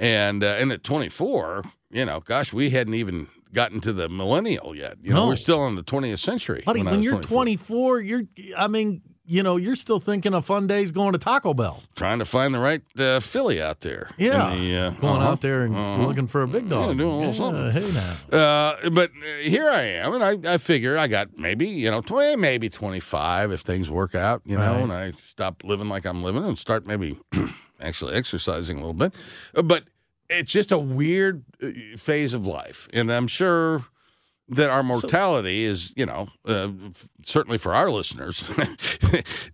D: and uh, and at 24, you know, gosh, we hadn't even gotten to the millennial yet. You know,
F: No.
D: we're still in the 20th century.
F: buddy,
D: I
F: when,
D: was
F: you're 24, you're. I mean, you know, you're still thinking of fun days going to Taco Bell,
D: trying to find the right uh, filly out there. in
F: Yeah.
D: the, uh,
F: going
D: uh-huh.
F: out there and
D: Uh-huh.
F: looking for a big
D: Yeah,
F: dog.
D: doing a little something.
F: Yeah, hey now.
D: Uh, but uh, here I am, and I, I figure I got maybe you know twenty, maybe twenty five if things work out, you know,
F: Right.
D: and I stop living like I'm living and start maybe actually exercising a little bit. Uh, But it's just a weird uh, phase of life, and I'm sure that our mortality is you know uh, f- certainly for our listeners,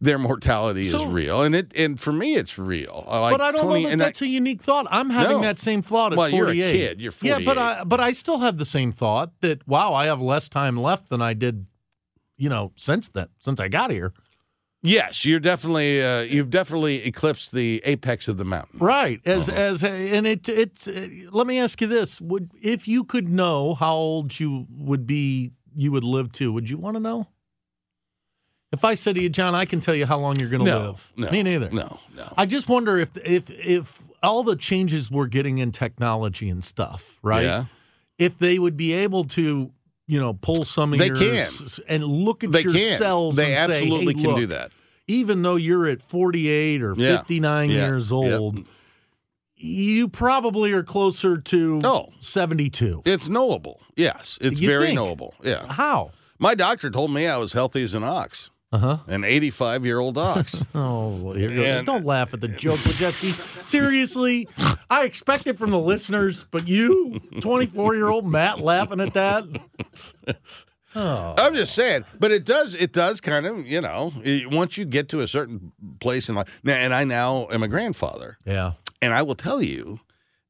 D: their mortality is
F: So-
D: real, and it and for me it's real. I Like
F: but I don't
D: 20
F: know that
D: and I-
F: that's a unique thought. I'm having
D: No.
F: that same thought at
D: Well,
F: 48.
D: you're a kid. You're
F: Yeah, but
D: 48.
F: I but I still have the same thought that wow, I have less time left than I did, you know, since then, since I got here.
D: Yes, you're definitely uh, you've definitely eclipsed the apex of the mountain.
F: Right. As
D: Uh-huh.
F: as and it it's uh, let me ask you this, would if you could know how old you would be you would live to, would you want to know? If I said to you, John, I can tell you how long you're going to
D: No,
F: live.
D: no,
F: me neither.
D: No, no.
F: I just wonder if if if all the changes we're getting in technology and stuff, right?
D: Yeah.
F: If they would be able to, you know, pull some of
D: They
F: your
D: can.
F: s- and look at
D: They
F: your
D: can.
F: cells.
D: They
F: and say,
D: absolutely
F: "Hey,
D: can do
F: look,
D: that."
F: Even though you're at 48 or
D: Yeah.
F: 59
D: Yeah.
F: years
D: Yep.
F: old, you probably are closer to
D: No.
F: 72.
D: It's knowable. Yes, it's
F: You
D: very
F: think?
D: knowable. Yeah.
F: How?
D: My doctor told me I was healthy as an ox,
F: Uh huh.
D: an 85 year old ox.
F: Oh, well, here you go.
D: And-
F: don't laugh at the joke, Majeski. Seriously, I expect it from the listeners, but you, 24 year old Matt, laughing at that. Oh.
D: I'm just saying, but it does it does kind of you know it- once you get to a certain place in life. Now, and I now am a grandfather,
F: Yeah.
D: and I will tell you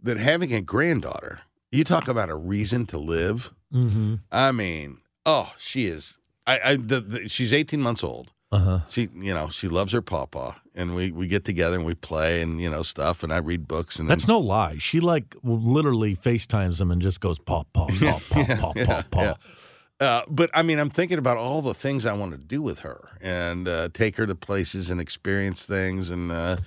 D: that having a granddaughter, you talk about a reason to live.
F: Mm-hmm.
D: I mean, oh, she is. I, I the, the, she's 18 months old.
F: Uh-huh.
D: She, you know, she loves her papa, and we we get together and we play and you know stuff, and I read books and
F: That's no lie. She like literally FaceTimes him and just goes paw paw paw paw paw paw paw.
D: Uh, but I mean, I'm thinking about all the things I want to do with her and uh, take her to places and experience things and, uh,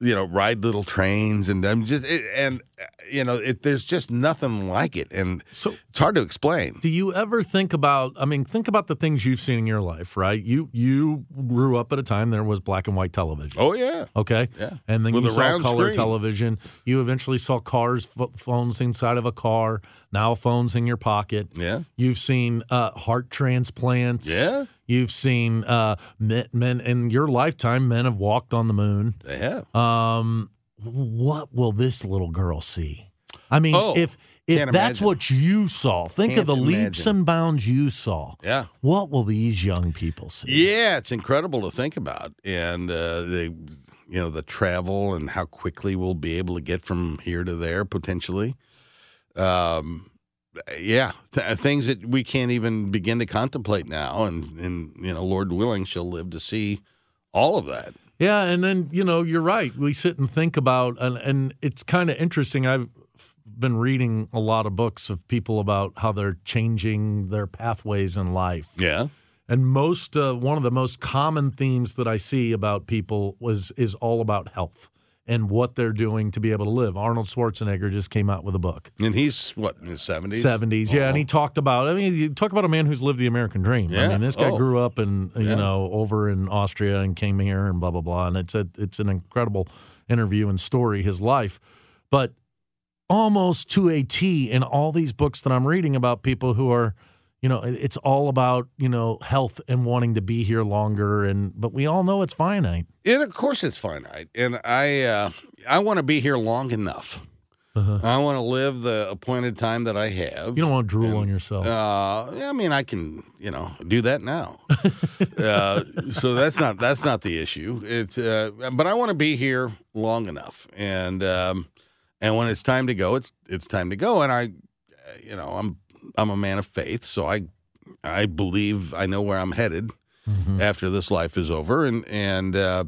D: you know, ride little trains. And I'm just, it, and, uh, you know, it, there's just nothing like it. And
F: so
D: it's hard to explain.
F: Do you ever think about? I mean, think about the things you've seen in your life, right? You you grew up at a time there was black and white television.
D: Oh, yeah.
F: Okay.
D: Yeah.
F: And then
D: With
F: you
D: a
F: saw
D: round
F: color
D: screen.
F: television. You eventually saw cars, ph phones inside of a car. Now phones in your pocket.
D: Yeah.
F: You've seen uh, heart transplants.
D: Yeah.
F: You've seen uh, men, men in your lifetime. Men have walked on the moon.
D: They have.
F: Um, what will this little girl see? I mean,
D: Oh,
F: if if
D: can't
F: that's
D: imagine.
F: what you saw, think
D: Can't
F: of the leaps
D: imagine.
F: and bounds you saw.
D: Yeah.
F: What will these young people see?
D: Yeah, it's incredible to think about, and uh, the you know the travel and how quickly we'll be able to get from here to there potentially. Um, yeah, th- things that we can't even begin to contemplate now, and and you know, Lord willing, she'll live to see all of that.
F: Yeah, and then you know you're right. We sit and think about, and, and it's kind of interesting. I've been reading a lot of books of people about how they're changing their pathways in life.
D: Yeah,
F: And most uh, one of the most common themes that I see about people was is all about health and what they're doing to be able to live. Arnold Schwarzenegger just came out with a book.
D: and he's what in his seventies.
F: 70s. Yeah, and he talked about. I mean, you talk about a man who's lived the American dream. I
D: Yeah.
F: mean, this guy
D: Oh.
F: grew up in you
D: Yeah.
F: know over in Austria and came here and blah blah blah. And it's a it's an incredible interview and story his life, but almost to a T in all these books that I'm reading about people who are. You know, it- it's all about you know health and wanting to be here longer, and but we all know it's finite.
D: And of course, it's finite, and I uh, I want to be here long enough. I want to live the appointed time that I have.
F: Uh-huh. You don't want to drool on yourself.
D: Uh, yeah, I mean, I can, you know, do that now. uh, so that's not that's not the issue. It's uh, but I want to be here long enough, and um, and when it's time to go, it's it's time to go. And I, uh, you know, I'm I'm a man of faith, so I I believe I know where I'm headed
F: Mm-hmm.
D: after this life is over, and and. Uh,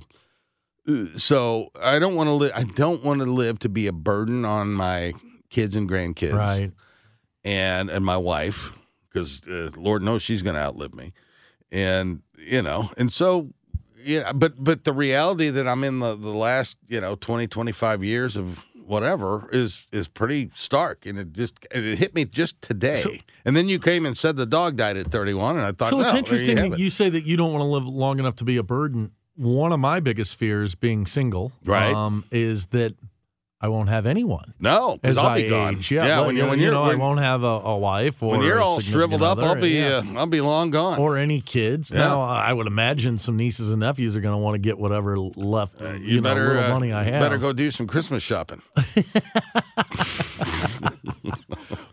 D: so I don't want to live. I don't want to live to be a burden on my kids and grandkids,
F: Right.
D: And and my wife, because uh, Lord knows she's going to outlive me, and you know, and so yeah. But but the reality that I'm in the the last you know 20 25 years of whatever is is pretty stark, and it just and it hit me just today. and then you came and said the dog died at 31, and I thought,
F: so it's
D: "No, there
F: interesting
D: you have
F: that
D: it."
F: you say that you don't want to live long enough to be a burden. One of my biggest fears being single,
D: Right.
F: um, is that I won't have anyone.
D: No, because
F: as
D: I'll be
F: I
D: gone.
F: age. Yeah, well,
D: when you
F: you
D: when you're
F: know, I
D: when-
F: won't have a, a wife or
D: when you're
F: a
D: all
F: significant
D: shriveled up, I'll
F: other,
D: be
F: yeah.
D: uh, I'll be long gone.
F: or any kids.
D: Yeah.
F: Now, I would imagine some nieces and nephews are going to want to get whatever left. you,
D: you,
F: know,
D: better
F: little
D: uh,
F: money I
D: you
F: have.
D: Better go do some Christmas shopping.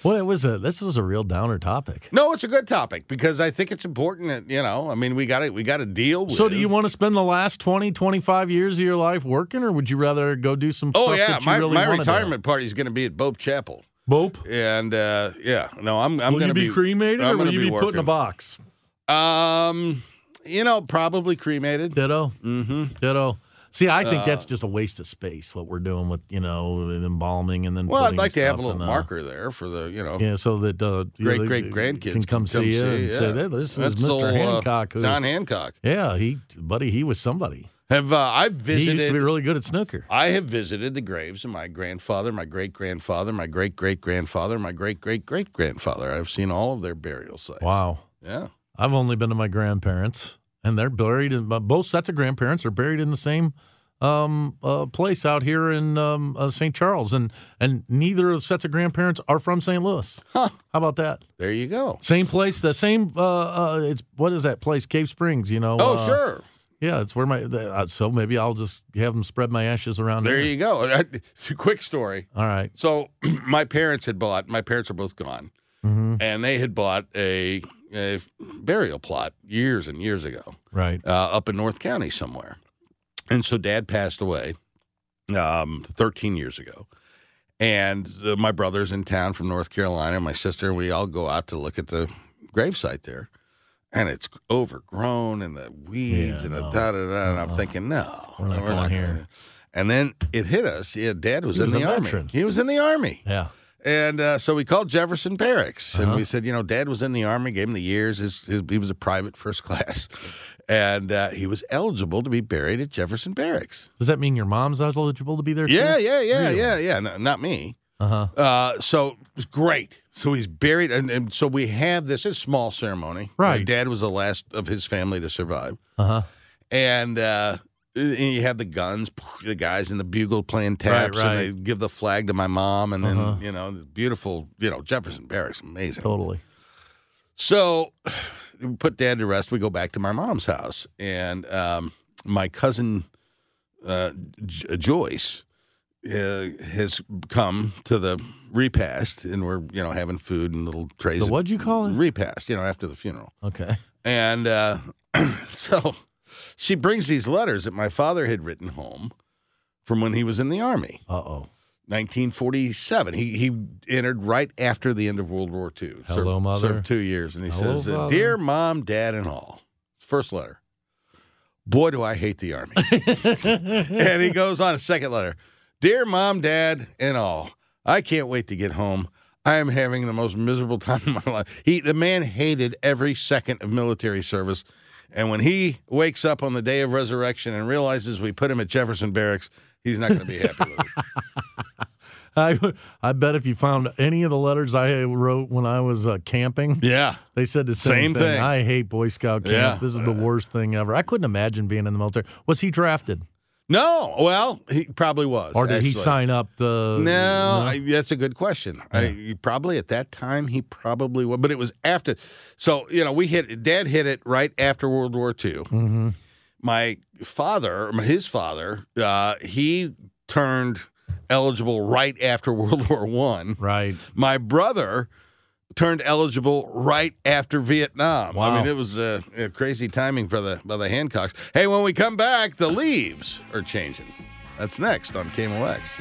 F: What was a this was a real downer topic.
D: No, it's a good topic because I think it's important that you know. I mean, we got to we got to deal with.
F: So, do you want to spend the last 20, 25 years of your life working, or would you rather go do some
D: Oh
F: stuff
D: yeah,
F: that you
D: my,
F: really
D: my
F: wanna do?
D: retirement party is going to be at Bope Chapel,
F: Bope,
D: and uh, yeah, no, I'm I'm
F: will
D: going
F: you
D: to
F: be, cremated,
D: I'm
F: or will
D: gonna
F: you be, put in a
D: working.
F: box?
D: Um, you know, probably cremated.
F: Ditto.
D: Mm-hmm.
F: Ditto. See, I think
D: Uh,
F: that's just a waste of space. What we're doing with you know the embalming and then
D: Well, I'd
F: putting
D: like to have a
F: stuff
D: little
F: in, uh,
D: marker there for the you know.
F: Yeah, so that uh, you know,
D: Great
F: they-
D: great
F: can
D: grandkids
F: come, see you and say,
D: yeah.
F: "Hey, "This
D: That's
F: is Mr.
D: old, uh,
F: Hancock." who-
D: John Hancock.
F: Yeah, he, buddy, he was somebody.
D: Have uh, I've
F: He
D: visited?
F: used to be really good at snooker.
D: I have visited the graves of my grandfather, my great grandfather, my great great grandfather, my great great great grandfather. I've seen all of their burial sites.
F: Wow,
D: Yeah.
F: I've only been to my grandparents, and they're buried in but both sets of grandparents are buried in the same um, uh, place out here in um, uh, St. Charles, and and neither of sets of grandparents are from St. Louis. Huh. How about that?
D: There you go.
F: Same place, the same. Uh, uh, it's what is that place? Cave Springs, you know?
D: Oh,
F: uh,
D: sure.
F: Yeah, it's where my. the- uh, so maybe I'll just have them spread my ashes around
D: There
F: here.
D: you go. It's a quick story.
F: All right.
D: So my parents had bought. My parents are both gone, and they had bought a, a burial plot years and years ago.
F: Right.
D: uh, up in North County somewhere. And so dad passed away um, 13 years ago. And uh, my brother's in town from North Carolina. My sister and we all go out to look at the gravesite there. And it's overgrown and the weeds and the da da da. And I'm thinking, no,
F: Uh-huh. We're not
D: we're
F: going here.
D: gonna- And then it hit us. Yeah, dad was
F: He
D: in
F: was
D: the
F: a
D: army.
F: veteran.
D: He was in the army.
F: Yeah.
D: And uh, so we called Jefferson Barracks, and
F: Uh-huh.
D: we said, you know, Dad was in the army, gave him the years. His, his, he was a private first class, and uh, he was eligible to be buried at Jefferson Barracks.
F: Does that mean your mom's eligible to be there?
D: Yeah,
F: too?
D: yeah, yeah, yeah, yeah. No, not me.
F: Uh huh.
D: Uh, so it was great. So he's buried, and, and so we have this. It's a small ceremony.
F: Right.
D: My dad was the last of his family to survive,
F: Uh huh.
D: and. Uh, and you have the guns, the guys in the bugle playing
F: Right,
D: taps,
F: right.
D: and they give the flag to my mom, and then
F: Uh-huh.
D: you know, the beautiful, you know, Jefferson Barracks, amazing.
F: Totally.
D: So we put dad to rest. We go back to my mom's house, and um, my cousin uh, J- Joyce uh, has come to the repast, and we're you know having food and little trays.
F: The
D: of
F: what'd you call it?
D: Repast, you know, after the funeral.
F: Okay.
D: And uh, so she brings these letters that my father had written home from when he was in the army.
F: Uh oh.
D: 1947. He he entered right after the end of World War II.
F: Hello,
D: served,
F: mother.
D: Served two years, and he
F: Hello,
D: says, uh,
F: father.
D: "Dear mom, dad, and all." First letter. Boy, do I hate the army. and he goes on a second letter. Dear mom, dad, and all. I can't wait to get home. I am having the most miserable time of my life. He the man hated every second of military service. And when he wakes up on the day of resurrection and realizes we put him at Jefferson Barracks, he's not going to be happy with it.
F: I I bet if you found any of the letters I wrote when I was uh, camping,
D: Yeah.
F: they said the
D: Same
F: same,
D: thing.
F: I hate Boy Scout camp.
D: Yeah. Uh.
F: This is the worst thing ever. I couldn't imagine being in the military. Was he drafted,
D: No. Well, he probably was.
F: or did he
D: actually.
F: sign up? To,
D: No, I, that's a good question. I, you probably at that time he probably was, but it was after. So you know, we hit Dad hit it right after World War II.
F: Mhm.
D: My father, his father, uh, he turned eligible right after World War One.
F: Right.
D: My brother turned eligible right after Vietnam.
F: Wow.
D: I mean, it was uh, uh, crazy timing for the by the Hancocks. Hey, when we come back, the leaves are changing. That's next on KMOX.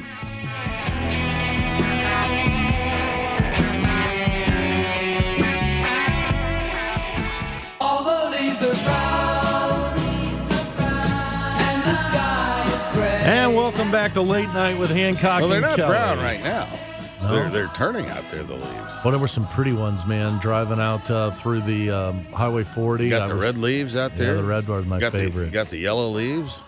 L: All the leaves are brown, and the sky is gray.
F: And welcome back to Late Night with Hancock.
D: Well, they're
F: and
D: not
F: Kelly.
D: brown right now.
F: No.
D: They're they're turning out there the leaves.
F: Well, there were some pretty ones, man. Driving out uh, through the um, Highway 40.
D: You got
F: I
D: the
F: was-
D: red leaves out
F: Yeah,
D: there.
F: the red was my
D: got The,
F: favorite.
D: you got the yellow leaves.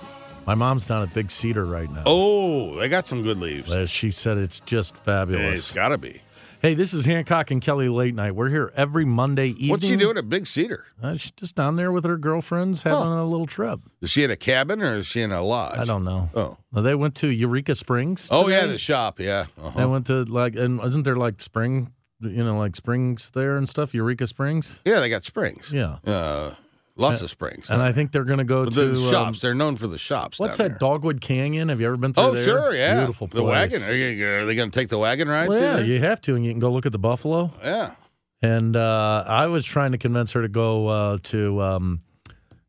F: My mom's down at Big Cedar right now.
D: Oh, they got some good leaves.
F: As she said, it's just
D: It's
F: fabulous.
D: got to be.
F: Hey, this is Hancock and Kelly Late Night. We're here every Monday evening.
D: What's she doing at Big Cedar?
F: Uh, she's just down there with her girlfriends having a little trip.
D: Is she in a cabin or is she in a lodge?
F: I don't know.
D: Oh,
F: Well, they went to Eureka Springs.
D: oh yeah,
F: today.
D: the shop. Yeah. Uh-huh.
F: They went to like, and isn't there like spring, you know, like springs there and stuff? Eureka Springs.
D: Yeah, they got springs.
F: Yeah.
D: Uh, lots of springs.
F: And I think they're going to go
D: But
F: to
D: the
F: um,
D: shops. they're known for the shops.
F: what's
D: down
F: that? Dogwood Canyon. Have you ever been through
D: There. Oh
F: there?
D: sure, yeah.
F: Beautiful place.
D: The wagon. Are, you, are they going to take the wagon ride?
F: Well,
D: through
F: yeah,
D: there?
F: you have to, and you can go look at the buffalo.
D: yeah.
F: And uh, I was trying to convince her to go uh, to um,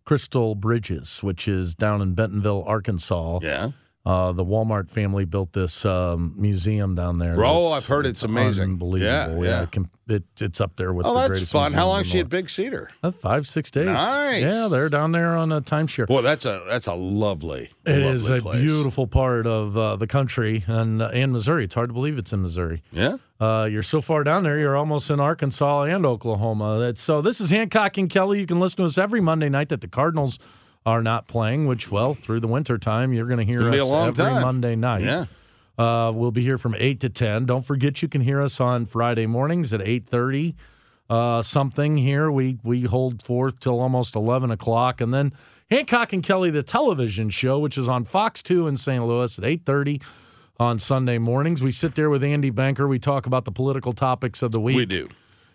F: Crystal Bridges, which is down in Bentonville, Arkansas.
D: Yeah.
F: Uh, the Walmart family built this um, museum down there.
D: Oh,
F: That's-
D: I've heard it's amazing.
F: Unbelievable.
D: Yeah, yeah.
F: it can- it- it's up there with
D: Oh,
F: the
D: that's
F: greatest
D: fun. How
F: museums
D: long
F: in
D: is
F: the
D: she
F: world.
D: at Big Cedar?
F: Uh, five, six days.
D: Nice.
F: Yeah, they're down there on a timeshare.
D: Boy, that's a that's a lovely.
F: It
D: lovely
F: is a
D: place.
F: beautiful part of uh, the country and uh, and Missouri. It's hard to believe it's in Missouri.
D: Yeah.
F: Uh, you're so far down there, you're almost in Arkansas and Oklahoma. That's, so this is Hancock and Kelly. You can listen to us every Monday night that the Cardinals are not playing, which, well, through the wintertime, you're going to hear
D: It'll
F: us
D: be a long
F: every
D: time.
F: Monday night.
D: Yeah.
F: Uh, we'll be here from 8 to 10. Don't forget you can hear us on Friday mornings at 8.30 uh, something here. We, we hold forth till almost 11 o'clock. And then Hancock and Kelly, the television show, which is on Fox 2 in St. Louis at 8.30 on Sunday mornings. We sit there with Andy Banker. We talk about the political topics of the week.
D: We do.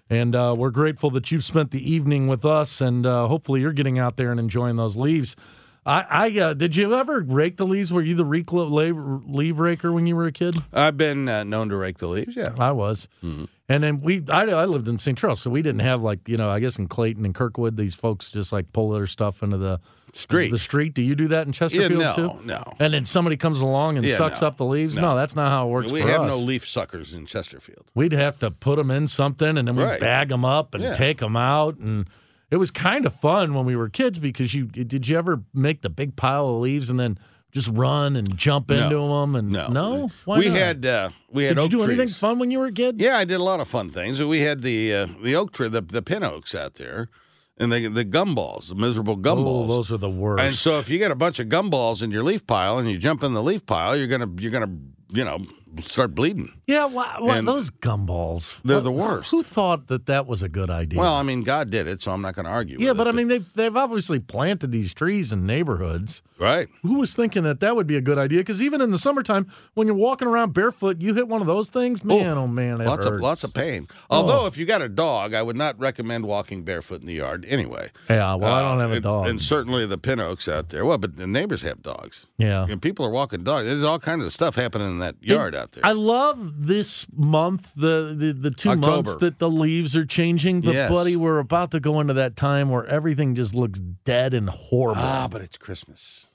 F: And uh, we're grateful that you've spent the evening with us, and uh, hopefully you're getting out there and enjoying those leaves. I, I uh, did you ever rake the leaves? Were you the reek- la- leave raker when you were a kid?
D: I've been uh, known to rake the leaves. Yeah.
F: I was.
D: Mm-hmm.
F: And then we, I, I lived in St. Charles, so we didn't have like you know, I guess in Clayton and Kirkwood, these folks just like pull their stuff into the
D: Street.
F: The street. Do you do that in Chesterfield
D: no,
F: too?
D: no.
F: And then somebody comes along and
D: Yeah,
F: sucks
D: no,
F: up the leaves.
D: no.
F: No. that's not how it works.
D: we
F: for
D: have
F: us.
D: no leaf suckers in Chesterfield.
F: We'd have to put them in something, and then we'd
D: Right.
F: bag them up and
D: Yeah.
F: take them out, and it was kind of fun when we were kids because you did you ever make the big pile of leaves and then just run and jump
D: No.
F: into them and
D: No.
F: Why
D: we
F: not?
D: had uh, we had
F: did you
D: oak
F: do
D: trees.
F: anything fun when you were a kid?
D: Yeah, I did a lot of fun things. We had the uh, the oak tree, the the pin oaks out there, and the the gumballs, the miserable
F: Oh,
D: gumballs.
F: those are the worst.
D: and so if you get a bunch of gumballs in your leaf pile and you jump in the leaf pile, you're gonna you're gonna you know start bleeding.
F: yeah, why, why,
D: And
F: those gumballs.
D: they're
F: What-
D: the worst.
F: Who thought that that was a good idea?
D: Well, I mean, God did it, so I'm not gonna argue.
F: yeah,
D: with
F: but
D: it,
F: I mean, they've, they've obviously planted these trees in neighborhoods.
D: right?
F: Who was thinking that that would be a good idea? Because even in the summertime, when you're walking around barefoot, you hit one of those things, man, oh, man, it
D: Lots
F: hurts. Oh.
D: of lots of pain. Although, if you got a dog, I would not recommend walking barefoot in the yard. Anyway, Uh,
F: Yeah, well, I don't have a
D: and,
F: dog.
D: and certainly the pin oaks out there. Well, but the neighbors have dogs.
F: yeah.
D: And people are walking dogs. There's all kinds of stuff happening in that yard out there.
F: I love this month, the the, the two months
D: October.
F: that the leaves are changing. But
D: Yes.
F: buddy, we're about to go into that time where everything just looks dead and horrible.
D: ah, but it's Christmas.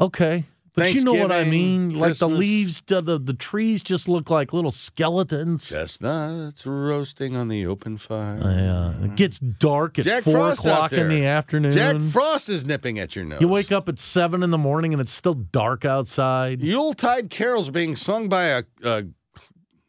F: okay. But you know what I
D: Thanksgiving,
F: mean? Like the
D: Christmas.
F: leaves, the, the the trees just look like little skeletons.
D: Chestnuts roasting on the open fire.
F: Yeah. It gets dark at
D: Mm-hmm. Jack
F: four
D: Frost out
F: o'clock in
D: there.
F: the afternoon.
D: Jack Frost is nipping at your nose.
F: you wake up at seven in the morning and it's still dark outside.
D: Yuletide carols being sung by a, a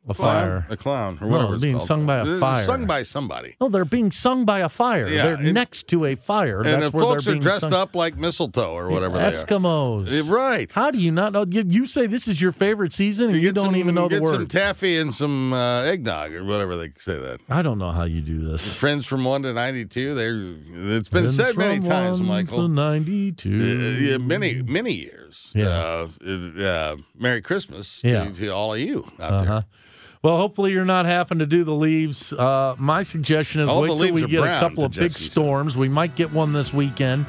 F: A fire.
D: a clown, or
F: No,
D: whatever. it's
F: being
D: called.
F: sung by a
D: It's
F: fire.
D: Sung by somebody.
F: No, Oh, they're being sung by a fire.
D: Yeah,
F: they're
D: and-
F: next to a fire.
D: And
F: That's
D: the
F: where
D: folks
F: they're
D: are
F: being
D: dressed
F: sung.
D: up like mistletoe or whatever they are.
F: Eskimos.
D: Yeah, right.
F: How do you not know? You, you say this is your favorite season, and you,
D: get
F: don't
D: some-
F: even know the
D: get some
F: word.
D: taffy and some uh, eggnog or whatever they say that.
F: I don't know how you do this.
D: Friends from one to ninety-two. They it's been said
F: from
D: many times,
F: one To
D: Michael. Uh,
F: Ninety-two.
D: yeah, many many years.
F: Mm. Yeah.
D: Uh, uh, uh, Merry Christmas
F: Yeah.
D: to, to all of you out
F: Uh-huh.
D: there.
F: Well, hopefully you're not having to do the leaves. Uh, my suggestion is
D: All
F: wait
D: the
F: till
D: leaves
F: we
D: are
F: get a
D: brown,
F: couple of
D: to
F: big
D: Jesse's.
F: storms. We might get one this weekend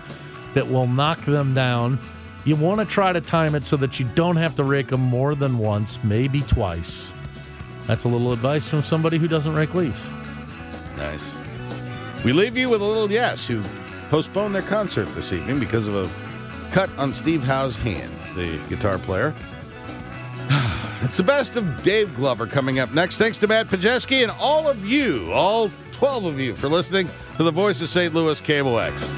F: that will knock them down. You want to try to time it so that you don't have to rake them more than once, maybe twice. That's a little advice from somebody who doesn't rake leaves.
D: Nice. We leave you with a little yes who postponed their concert this evening because of a cut on Steve Howe's hand, the guitar player. It's the best of Dave Glover coming up next. Thanks to Matt Pajeski and all of you, all 12 of you, for listening to the voice of St. Louis Cable X.